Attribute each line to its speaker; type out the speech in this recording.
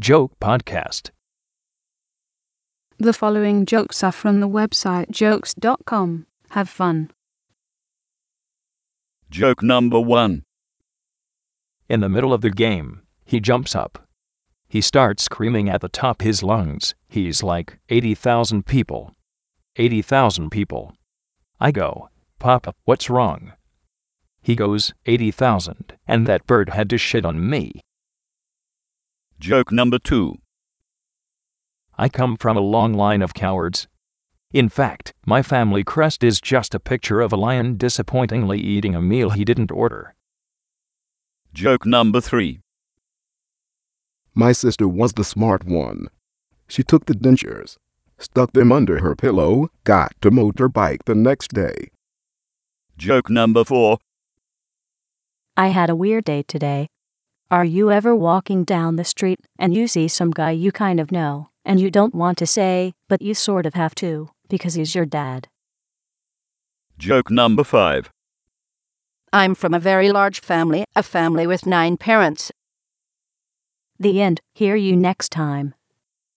Speaker 1: Joke Podcast.
Speaker 2: The following jokes are from the website jokes.com. Have fun.
Speaker 3: Joke number one.
Speaker 1: In the middle of the game, he jumps up. He starts screaming at the top his lungs. He's like 80,000 people. 80,000 people. I go, Papa, what's wrong? He goes, 80,000, and that bird had to shit on me.
Speaker 3: Joke number two.
Speaker 1: I come from a long line of cowards. In fact, my family crest is just a picture of a lion disappointingly eating a meal he didn't order.
Speaker 3: Joke number three.
Speaker 4: My sister was the smart one. She took the dentures, stuck them under her pillow, got to motorbike the next day.
Speaker 3: Joke number four.
Speaker 5: I had a weird day today. Are you ever walking down the street and you see some guy you kind of know and you don't want to say, but you sort of have to because he's your dad?
Speaker 3: Joke number five.
Speaker 6: I'm from a very large family, a family with nine parents.
Speaker 5: The end. Hear you next time.